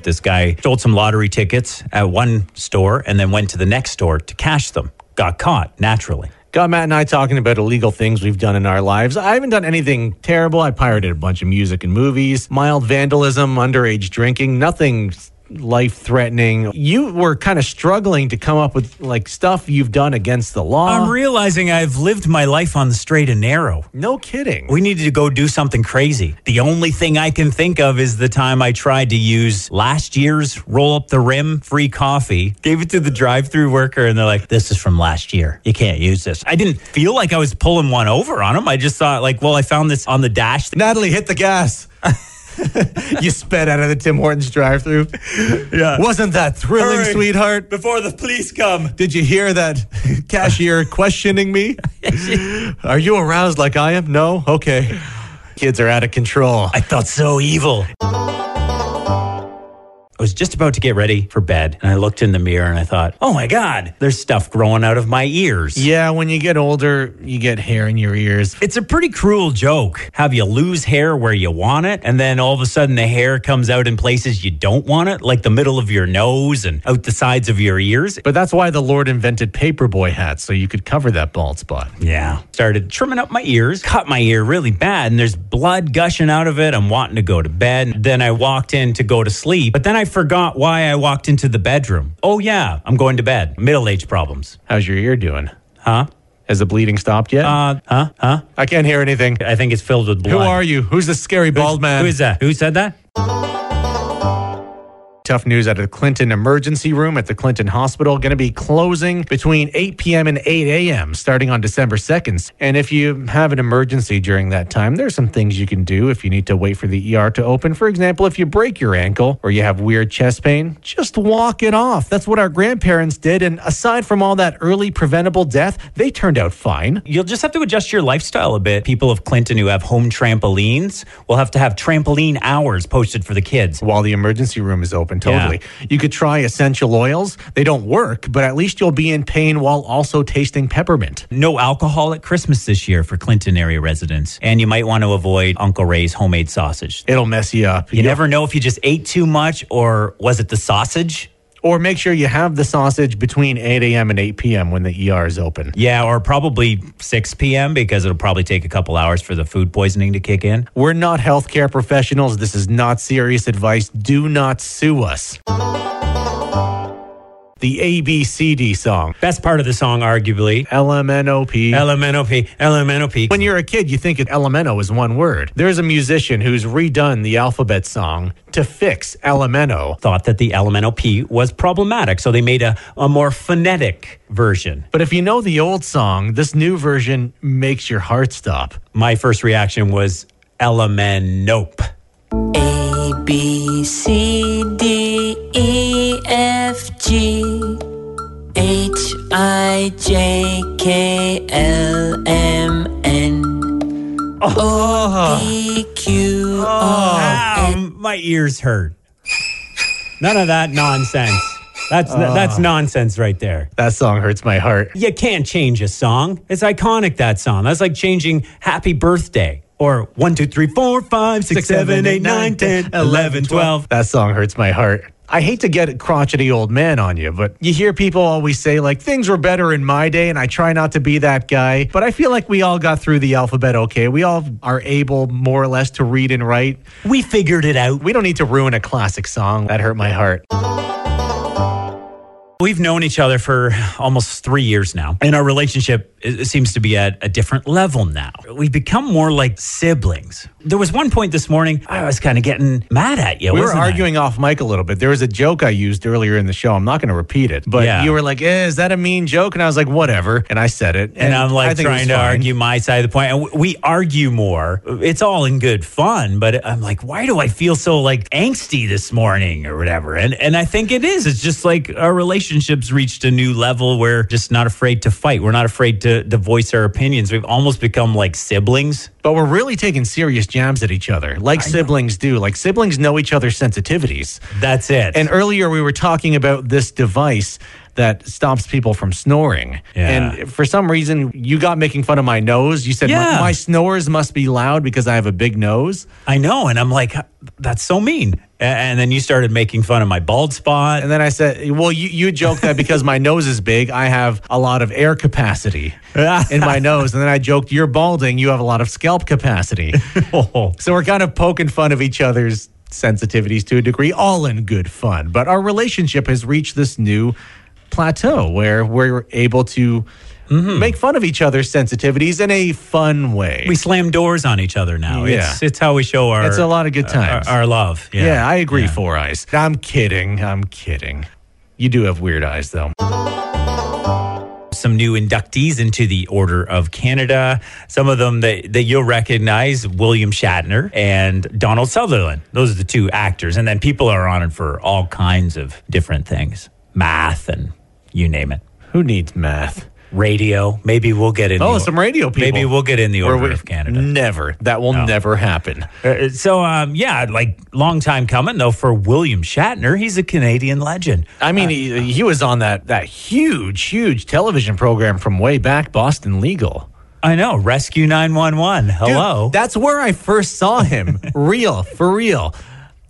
S2: This guy sold some lottery tickets at one store and then went to the next store to cash them. Got caught naturally.
S3: Got Matt and I talking about illegal things we've done in our lives. I haven't done anything terrible. I pirated a bunch of music and movies, mild vandalism, underage drinking, nothing life threatening. You were kind of struggling to come up with like stuff you've done against the law.
S2: I'm realizing I've lived my life on the straight and narrow.
S3: no kidding.
S2: We needed to go do something crazy. The only thing I can think of is the time I tried to use last year's roll up the rim free coffee, gave it to the drive through worker, and they're like, this is from last year. You can't use this. I didn't feel like I was pulling one over on them. I just thought, like, well, I found this on the dash.
S3: Natalie hit the gas. you sped out of the Tim Hortons drive-through.
S2: Yeah.
S3: Wasn't that thrilling,
S2: Hurry.
S3: sweetheart?
S2: Before the police come.
S3: Did you hear that cashier questioning me? Are you aroused like I am? No? Okay. Kids are out of control.
S2: I felt so evil. I was just about to get ready for bed, and I looked in the mirror and I thought, oh my God, there's stuff growing out of my ears.
S3: Yeah, when you get older, you get hair in your ears.
S2: It's a pretty cruel joke. Have you lose hair where you want it, and then all of a sudden the hair comes out in places you don't want it, like the middle of your nose and out the sides of your ears.
S3: But that's why the Lord invented paperboy hats, so you could cover that bald spot.
S2: Yeah. Started trimming up my ears, cut my ear really bad, and there's blood gushing out of it. I'm wanting to go to bed. Then I walked in to go to sleep, but then I forgot why I walked into the bedroom. Oh, yeah, I'm going to bed. Middle age problems.
S3: How's your ear doing?
S2: Huh?
S3: Has the bleeding stopped yet?
S2: Uh, huh? Huh?
S3: I can't hear anything.
S2: I think it's filled with blood.
S3: Who are you? Who's the scary bald man?
S2: Who is that? Who said that?
S3: Tough news out of the Clinton emergency room at the Clinton Hospital. Going to be closing between 8 p.m. and 8 a.m. starting on December 2nd. And if you have an emergency during that time, there's some things you can do if you need to wait for the ER to open. For example, if you break your ankle or you have weird chest pain, just walk it off. That's what our grandparents did. And aside from all that early preventable death, they turned out fine.
S2: You'll just have to adjust your lifestyle a bit. People of Clinton who have home trampolines will have to have trampoline hours posted for the kids.
S3: While the emergency room is open, totally. You could try essential oils. They don't work, but at least you'll be in pain while also tasting peppermint.
S2: No alcohol at Christmas this year for Clinton area residents. And you might want to avoid Uncle Ray's homemade sausage.
S3: It'll mess you up.
S2: You never know if you just ate too much or was it the sausage?
S3: Or make sure you have the sausage between 8 a.m. and 8 p.m. when the ER is open.
S2: Yeah, or probably 6 p.m. because it'll probably take a couple hours for the food poisoning to kick in.
S3: We're not healthcare professionals. This is not serious advice. Do not sue us. the ABCD song.
S2: Best part of the song, arguably.
S3: LMNOP.
S2: LMNOP, LMNOP.
S3: When you're a kid, you think it- elemento is one word. There's a musician who's redone the alphabet song to fix elemento.
S2: thought that the LMNOP was problematic, so they made a, a more phonetic version.
S3: But if you know the old song, this new version makes your heart stop.
S2: My first reaction was LMNOP.
S6: A B C D E F G H I J K L M N O P Q R
S2: Um, my ears hurt. None of that nonsense. That's that's nonsense right there.
S3: That song hurts my heart.
S2: You can't change a song. It's iconic that song. That's like changing Happy Birthday or one two three four five six seven eight nine ten eleven twelve.
S3: That song hurts my heart. I hate to get a crotchety old man on you, but you hear people always say, like, things were better in my day, and I try not to be that guy. But I feel like we all got through the alphabet okay. We all are able, more or less, to read and write.
S2: We figured it out.
S3: We don't need to ruin a classic song. That hurt my heart.
S2: We've known each other for almost three years now, and our relationship i- seems to be at a different level now. We've become more like siblings. There was one point this morning I was kind of getting mad at you.
S3: We were
S2: wasn't I?
S3: arguing off mic a little bit. There was a joke I used earlier in the show. I'm not going to repeat it, but
S2: Yeah.
S3: you were like, eh, "Is that a mean joke?" And I was like, "Whatever." And I said it,
S2: and I'm
S3: I
S2: like
S3: think it was
S2: trying to
S3: fine.
S2: argue my side of the point. And w- we argue more. It's all in good fun, but I'm like, why do I feel so like angsty this morning or whatever? And and I think it is. It's just like our relationships reached a new level where just not afraid to fight. We're not afraid to, to voice our opinions. We've almost become like siblings.
S3: But we're really taking serious jabs at each other, like siblings do. Like siblings know each other's sensitivities.
S2: That's it.
S3: And earlier we were talking about this device that stops people from snoring.
S2: Yeah.
S3: And for some reason, you got making fun of my nose. You said,
S2: Yeah.
S3: my, my snores must be loud because I have a big nose.
S2: I know. And I'm like, that's so mean. A- And then you started making fun of my bald spot.
S3: And then I said, well, you, you joke that because my nose is big, I have a lot of air capacity in my nose. And then I joked, you're balding, you have a lot of scalp capacity. So we're kind of poking fun of each other's sensitivities to a degree, all in good fun. But our relationship has reached this new plateau where we're able to make fun of each other's sensitivities in a fun way.
S2: we slam doors on each other now.
S3: Yeah.
S2: It's, it's how we show our,
S3: It's a lot of good
S2: our,
S3: times.
S2: our love.
S3: yeah. I agree, Four Eyes. I'm kidding. I'm kidding. You do have weird eyes, though.
S2: some new inductees into the Order of Canada. Some of them that, that you'll recognize William Shatner and Donald Sutherland. Those are the two actors. And then people are honored for all kinds of different things math and you name it.
S3: Who needs math?
S2: Radio. Maybe we'll get in.
S3: Oh,
S2: the-
S3: some radio people.
S2: Maybe we'll get in the
S3: Or
S2: Order
S3: we- Mm-hmm.
S2: of Canada.
S3: Never. That will never happen.
S2: Uh, So, um, yeah, like long time coming though for William Shatner. He's a Canadian legend.
S3: I mean,
S2: Uh,
S3: he, he was on that that huge, huge television program from way back, Boston Legal.
S2: I know. Rescue 911.
S3: Dude,
S2: Hello.
S3: that's where I first saw him, real for real.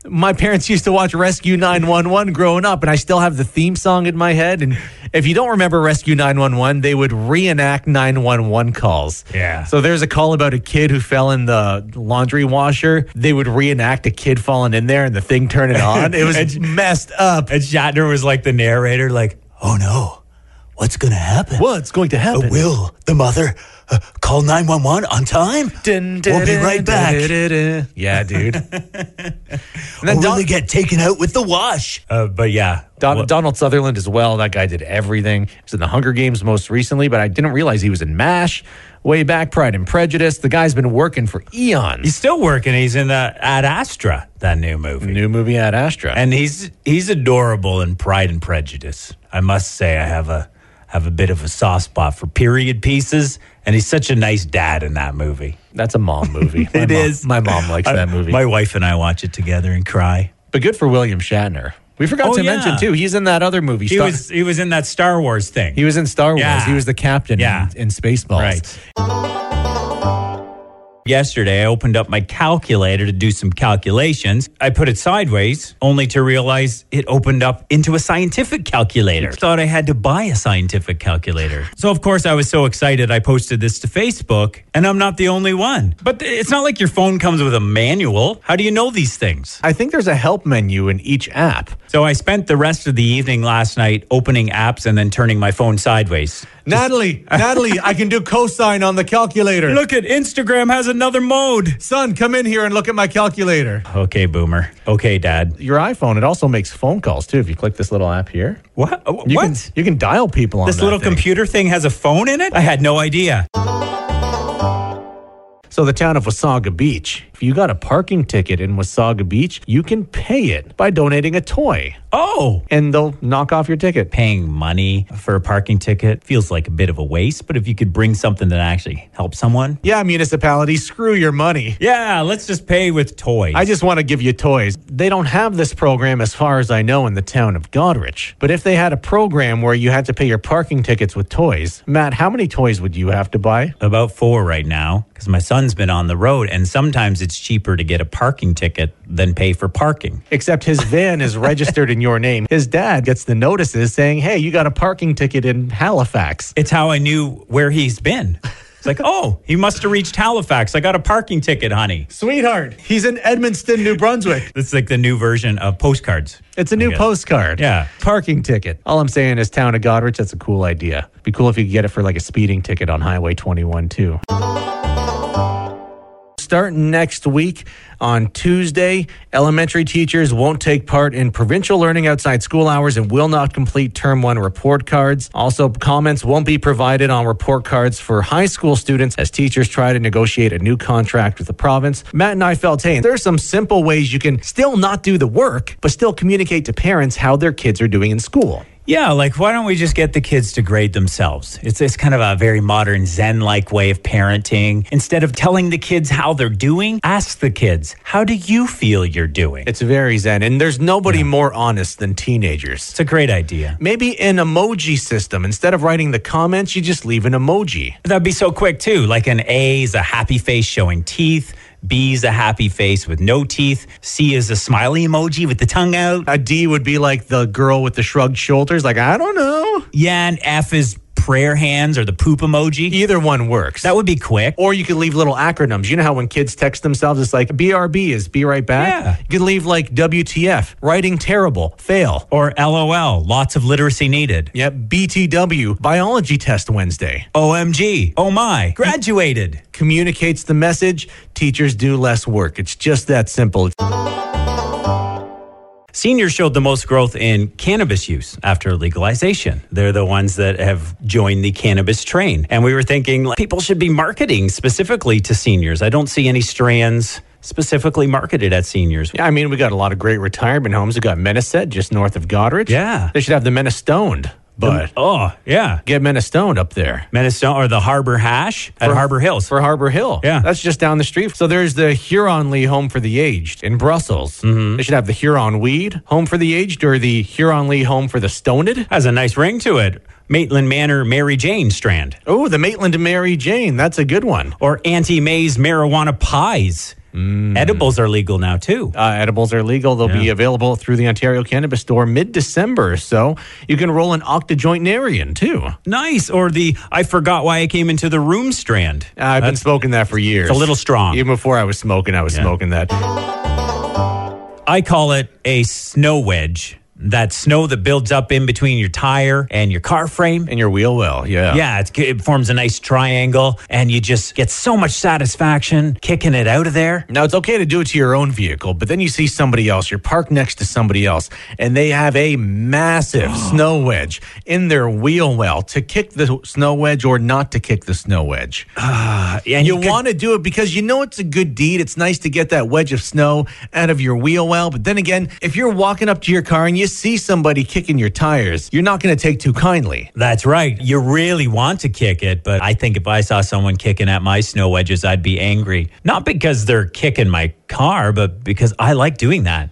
S3: My parents used to watch Rescue 911 growing up, and I still have the theme song in my head. And if you don't remember Rescue 911, they would reenact 911 calls.
S2: Yeah.
S3: So there's a call about a kid who fell in the laundry washer. They would reenact a kid falling in there and the thing turning on. It was messed up.
S2: and Shatner was like the narrator, like, oh no, what's going to happen? Uh,
S3: What's going to happen?
S2: Will the mother uh, call 911 on time? We'll be right back.
S3: Yeah, dude. and then
S2: Or will
S3: Don-
S2: they get taken out with the wash? Uh, but yeah.
S3: Don-
S2: Well,
S3: Donald Sutherland as well. That guy did everything. He was in the Hunger Games most recently, but I didn't realize he was in MASH, way back, Pride and Prejudice. The guy's been working for eons.
S2: he's still working. He's in the Ad Astra, that new movie.
S3: New movie at Astra.
S2: and he's he's adorable in Pride and Prejudice. I must say, I have a have a bit of a soft spot for period pieces, and he's such a nice dad in that movie.
S3: That's a mom movie.
S2: It
S3: It is.
S2: is.
S3: My mom likes that
S2: I-
S3: movie.
S2: My wife and I watch it together and cry.
S3: but good for William Shatner. We forgot
S2: Oh,
S3: to
S2: yeah.
S3: mention, too, he's in that other movie.
S2: He
S3: Star-
S2: was he was in that Star Wars thing.
S3: he was in Star Wars.
S2: Yeah.
S3: He was the captain
S2: Yeah.
S3: in, in Spaceballs.
S2: right. yesterday, I opened up my calculator to do some calculations. I put it sideways, only to realize it opened up into a scientific calculator. Thought I had to buy a scientific calculator. So, of course, I was so excited, I posted this to Facebook, and I'm not the only one. But th- it's not like your phone comes with a manual. How do you know these things?
S3: I think there's a help menu in each app.
S2: So, I spent the rest of the evening last night opening apps and then turning my phone sideways.
S4: Natalie, Natalie, I can do cosine on the calculator.
S2: Look at Instagram has another mode.
S4: son, come in here and look at my calculator.
S2: Okay, boomer. Okay, dad.
S3: Your iPhone, it also makes phone calls too. If you click this little app here,
S2: What? Uh,
S3: you
S2: what?
S3: Can, you can dial people on
S2: This
S3: that
S2: little
S3: thing.
S2: computer thing has a phone in it? I had no idea.
S3: So, the town of Wasaga Beach, if you got a parking ticket in Wasaga Beach, you can pay it by donating a toy
S2: Oh,
S3: and they'll knock off your ticket.
S2: paying money for a parking ticket feels like a bit of a waste, but if you could bring something that actually helps someone.
S3: Yeah, municipality, screw your money.
S2: Yeah, let's just pay with toys.
S3: I just want to give you toys. They don't have this program, as far as I know, in the town of Godrich. But if they had a program where you had to pay your parking tickets with toys, Matt, how many toys would you have to buy?
S2: about four right now because my son's been on the road, and sometimes it's cheaper to get a parking ticket than pay for parking.
S3: Except his van is registered in your name. His dad gets the notices saying, hey, you got a parking ticket in Halifax.
S2: It's how I knew where he's been. It's like, oh, he must have reached Halifax. I got a parking ticket, honey.
S4: Sweetheart, he's in Edmonston, New Brunswick.
S2: That's like the new version of postcards.
S3: It's a new
S2: guess.
S3: postcard.
S2: Yeah.
S3: Parking ticket. All I'm saying is, Town of Godrich, that's a cool idea. Be cool if you could get it for like a speeding ticket on Highway 21, too. Starting next week on Tuesday, elementary teachers won't take part in provincial learning outside school hours and will not complete term one report cards. Also, comments won't be provided on report cards for high school students as teachers try to negotiate a new contract with the province. Matt and I felt, hey, there are some simple ways you can still not do the work, but still communicate to parents how their kids are doing in school.
S2: Yeah, like why don't we just get the kids to grade themselves? It's this kind of a very modern Zen like way of parenting. Instead of telling the kids how they're doing, ask the kids, how do you feel you're doing?
S3: It's very zen, and there's nobody more honest than teenagers.
S2: It's a great idea.
S3: Maybe an emoji system. Instead of writing the comments, you just leave an emoji.
S2: That'd be so quick too. Like an A is a happy face showing teeth, B is a happy face with no teeth, C is a smiley emoji with the tongue out.
S3: A D would be like the girl with the shrugged shoulders, like, I don't know.
S2: Yeah, and F is prayer hands or the poop emoji.
S3: Either one works.
S2: That would be quick.
S3: or you could leave little acronyms. You know how when kids text themselves, it's like BRB is be right back?
S2: Yeah.
S3: You can leave like WTF, writing terrible, fail.
S2: Or LOL, lots of literacy needed.
S3: Yep, BTW, biology test Wednesday.
S2: OMG, oh my, graduated.
S3: Communicates the message, teachers do less work. It's just that simple.
S2: Seniors showed the most growth in cannabis use after legalization. They're the ones that have joined the cannabis train. And we were thinking like, people should be marketing specifically to seniors. I don't see any strands specifically marketed at seniors.
S3: Yeah, I mean, we got a lot of great retirement homes. We got Menaset just north of Goderich.
S2: Yeah.
S3: They should have the Menastoned, but
S2: Oh, yeah.
S3: get Menastoned up there.
S2: Medicine or the Harbor Hash at Harbor Hills.
S3: for Harbor Hill.
S2: Yeah.
S3: That's just down the street. So there's the Huron Lee Home for the Aged in Brussels.
S2: Mm-hmm.
S3: They should have the Huron Weed Home for the Aged or the Huron Lee Home for the Stoned.
S2: Has a nice ring to it. Maitland Manor Mary Jane Strand.
S3: Oh, the Maitland Mary Jane. That's a good one.
S2: Or Auntie May's marijuana pies.
S3: Mm.
S2: Edibles are legal now too.
S3: Uh, edibles are legal. They'll be available through the Ontario Cannabis Store mid December. So you can roll an octojointarian too.
S2: Nice. Or the I forgot why I came into the room strand.
S3: Uh, I've been smoking that for years.
S2: It's a little strong.
S3: Even before I was smoking, I was smoking that.
S2: I call it a snow wedge. That snow that builds up in between your tire and your car frame.
S3: And your wheel well, yeah.
S2: Yeah, it's, it forms a nice triangle, and you just get so much satisfaction kicking it out of there.
S3: Now, it's okay to do it to your own vehicle, but then you see somebody else, you're parked next to somebody else, and they have a massive snow wedge in their wheel well to kick the snow wedge or not to kick the snow wedge.
S2: Uh, And
S3: You
S2: could-
S3: want to do it because you know it's a good deed. It's nice to get that wedge of snow out of your wheel well. But then again, if you're walking up to your car and you see somebody kicking your tires, you're not going to take too kindly.
S2: That's right. You really want to kick it, but I think if I saw someone kicking at my snow wedges, I'd be angry. Not because they're kicking my car, but because I like doing that.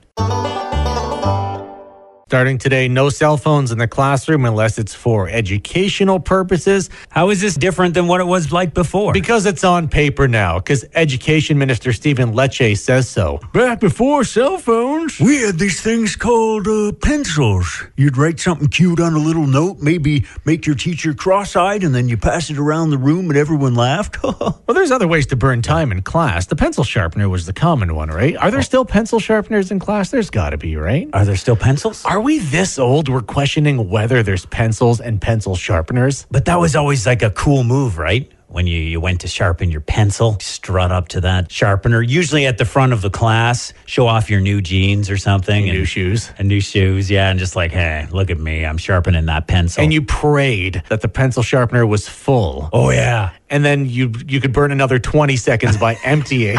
S3: Starting today, no cell phones in the classroom unless it's for educational purposes
S2: How is this different than what it was like before?
S3: because it's on paper now, because Education Minister Stephen Lecce says so. Back before cell phones.
S7: We had these things called uh, pencils. You'd write something cute on a little note, maybe make your teacher cross eyed, and then you pass it around the room and everyone laughed.
S3: Well, there's other ways to burn time in class. The pencil sharpener was the common one, right? Are there still pencil sharpeners in class? There's got to be, right?
S2: Are there still pencils?
S3: Are we this old we're questioning whether there's pencils and pencil sharpeners?
S2: But that was always like a cool move, right? When you, you went to sharpen your pencil, strut up to that sharpener, usually at the front of the class, show off your new jeans or something.
S3: New
S2: and-
S3: shoes.
S2: And new shoes, yeah. And just like, hey, look at me. I'm sharpening that pencil.
S3: And you prayed that the pencil sharpener was full.
S2: oh, yeah.
S3: And then you you could burn another 20 seconds by emptying.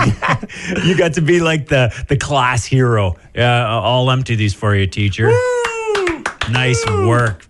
S2: You got to be like the, the class hero. Yeah, I- I'll empty these for you, teacher. Nice work.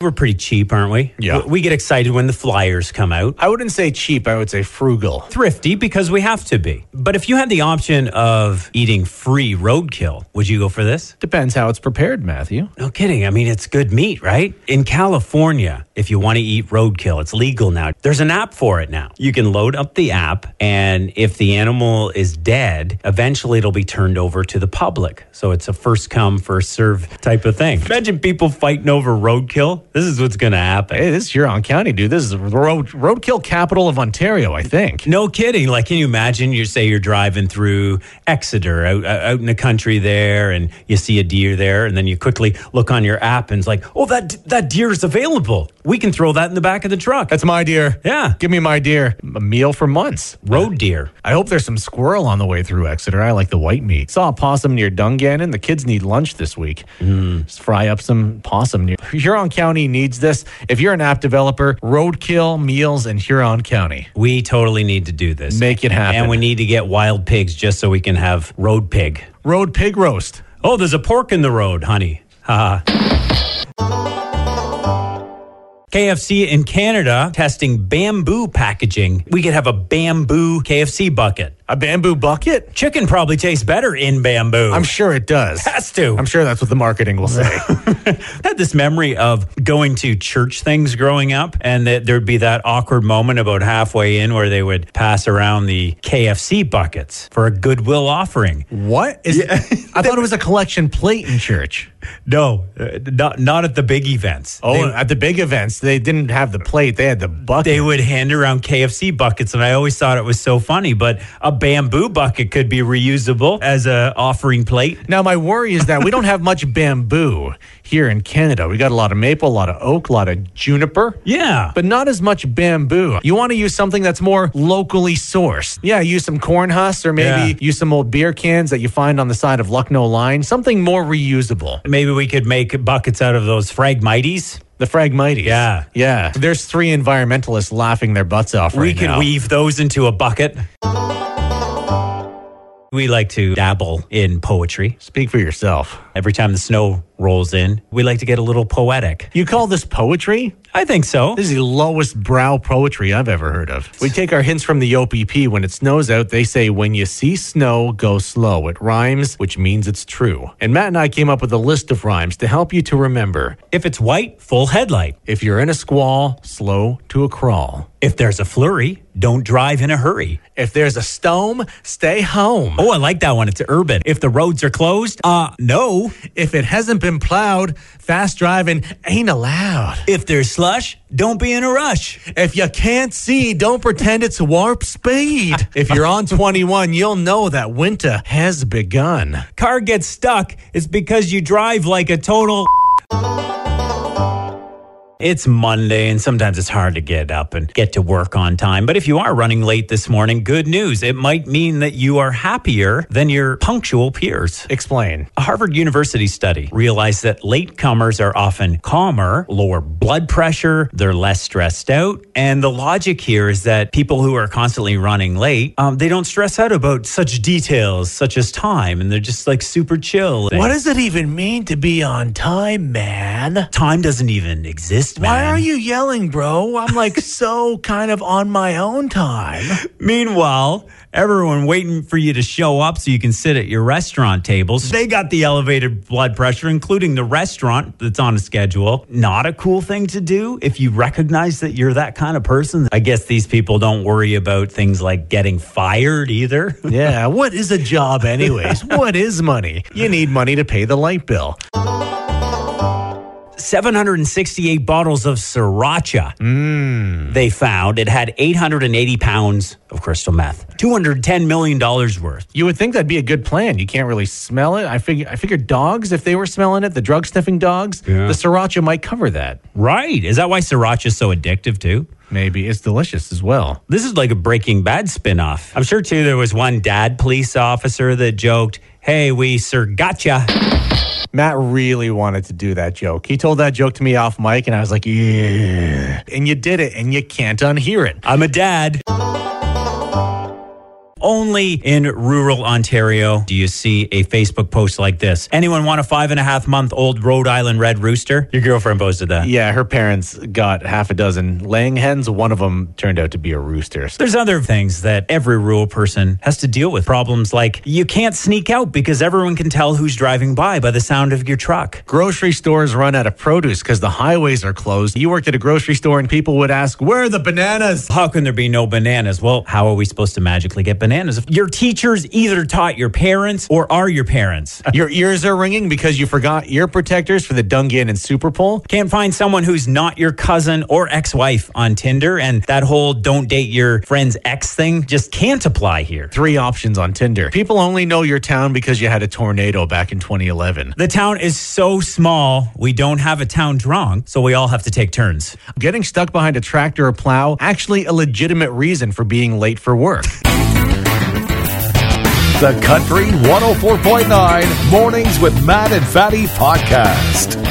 S2: We're pretty cheap, aren't we?
S3: Yeah.
S2: We- We get excited when the flyers come out.
S3: I wouldn't say cheap, I would say frugal.
S2: thrifty because we have to be. But if you had the option of eating free roadkill, would you go for this?
S3: Depends how it's prepared, Matthew.
S2: No kidding. I mean, it's good meat, right? In California, if you want to eat roadkill, it's legal now. There's an app for it now. You can load up the app, and if the animal is dead, eventually it'll be turned over to the public. So it's a first come, first serve type of thing. Imagine people fighting over roadkill. This is what's going to happen.
S3: Hey, this is Huron County, dude. This is the road, roadkill capital of Ontario, I think.
S2: No kidding. Like, can you imagine? You say you're driving through Exeter, out, out out in the country there, and you see a deer there, and then you quickly look on your app and it's like, oh, that that deer is available. We can throw that in the back of the truck.
S3: That's my deer.
S2: Yeah.
S3: Give me my deer. A meal for months.
S2: road deer.
S3: I hope there's some squirrel on the way through Exeter. I like the white meat. Saw a possum near Dungannon. The kids need lunch this week. Just fry up some possum. Near- Huron County needs this. If you're an app developer, roadkill meals in Huron County.
S2: We totally need to do this.
S3: Make it happen.
S2: And we need to get wild pigs just so we can have road pig.
S3: Road pig roast.
S2: Oh, there's a pork in the road, honey. Ha. KFC in Canada testing bamboo packaging. We could have a bamboo KFC bucket.
S3: A bamboo bucket?
S2: Chicken probably tastes better in bamboo.
S3: I'm sure it does.
S2: has to.
S3: I'm sure that's what the marketing will say.
S2: I had this memory of going to church things growing up, and that there'd be that awkward moment about halfway in where they would pass around the KFC buckets for a goodwill offering.
S3: what? Is, I thought it was a collection plate in church.
S2: No, uh, not not at the big events.
S3: Oh,
S2: They-
S3: at the big events, they didn't have the plate. They had the bucket.
S2: they would hand around KFC buckets, and I always thought it was so funny. But a bamboo bucket could be reusable as a offering plate.
S3: Now, my worry is that we don't have much bamboo here in Canada. We got a lot of maple, a lot of oak, a lot of juniper.
S2: Yeah, but
S3: But not as much bamboo. You want to use something that's more locally sourced. Yeah, use some corn husks or maybe
S2: Yeah.
S3: use some old beer cans that you find on the side of Lucknow Line. Something more reusable.
S2: maybe we could make buckets out of those Fragmites.
S3: The Fragmites.
S2: Yeah.
S3: Yeah. There's three environmentalists laughing their butts off
S2: we
S3: right
S2: could
S3: now.
S2: weave those into a bucket. We like to dabble in poetry.
S3: Speak for yourself.
S2: Every time the snow rolls in, we like to get a little poetic.
S3: You call this poetry?
S2: I think so.
S3: This is the lowest brow poetry I've ever heard of. We take our hints from the OPP. When it snows out, they say, When you see snow, go slow. It rhymes, which means it's true. And Matt and I came up with a list of rhymes to help you to remember.
S2: If it's white, full headlight.
S3: If you're in a squall, slow to a crawl.
S2: If there's a flurry, don't drive in a hurry.
S3: If there's a storm, stay home.
S2: Oh, I like that one. It's urban. If the roads are closed, uh, no.
S3: If it hasn't been plowed, fast driving ain't allowed.
S2: If there's slush, don't be in a rush.
S3: If you can't see, don't pretend it's warp speed. If you're on 21, you'll know that winter has begun.
S2: Car gets stuck, it's because you drive like a total. It's Monday, and sometimes it's hard to get up and get to work on time. But if you are running late this morning, good news. It might mean that you are happier than your punctual peers.
S3: Explain.
S2: A Harvard University study realized that latecomers are often calmer, lower blood pressure, they're less stressed out. And the logic here is that people who are constantly running late, um, they don't stress out about such details such as time, and they're just like super chill.
S3: What does it even mean to be on time, man?
S2: time doesn't even exist pissed, man.
S3: Why are you yelling, bro? I'm like so kind of on my own time.
S2: Meanwhile, everyone waiting for you to show up so you can sit at your restaurant tables. They got the elevated blood pressure, including the restaurant that's on a schedule. Not a cool thing to do if you recognize that you're that kind of person. I guess these people don't worry about things like getting fired either.
S3: Yeah, what is a job, anyways? what is money? You need money to pay the light bill.
S2: 768 bottles of sriracha they found. It had 880 pounds of crystal meth, $210 million worth.
S3: You would think that'd be a good plan. You can't really smell it. I figure, I figured dogs, if they were smelling it, the drug sniffing dogs, the sriracha might cover that.
S2: Right. Is that why sriracha is so addictive, too?
S3: Maybe it's delicious as well.
S2: This is like a Breaking Bad spinoff. I'm sure too there was one dad police officer that joked, "Hey, we sir gotcha."
S3: Matt really wanted to do that joke. He told that joke to me off mic, and I was like, yeah. And you did it, and you can't unhear it.
S2: I'm a dad. Only in rural Ontario do you see a Facebook post like this. Anyone want a five and a half month old Rhode Island red rooster? Your girlfriend posted that.
S3: Yeah, her parents got half a dozen laying hens. One of them turned out to be a rooster. So
S2: There's other things that every rural person has to deal with. Problems like you can't sneak out because everyone can tell who's driving by by the sound of your truck.
S3: Grocery stores run out of produce because the highways are closed. You worked at a grocery store, and people would ask, Where are the bananas?
S2: how can there be no bananas? Well, how are we supposed to magically get bananas? If your teachers either taught your parents or are your parents.
S3: Your ears are ringing because you forgot ear protectors for the Dungan and Super Bowl.
S2: Can't find someone who's not your cousin or ex wife on Tinder, and that whole don't date your friend's ex thing just can't apply here.
S3: Three options on Tinder. People only know your town because you had a tornado back in 2011.
S2: The town is so small, we don't have a town drunk, so we all have to take turns.
S3: Getting stuck behind a tractor or plow actually a legitimate reason for being late for work.
S1: oh The Country 104.9 Mornings with Matt and Fatty Podcast.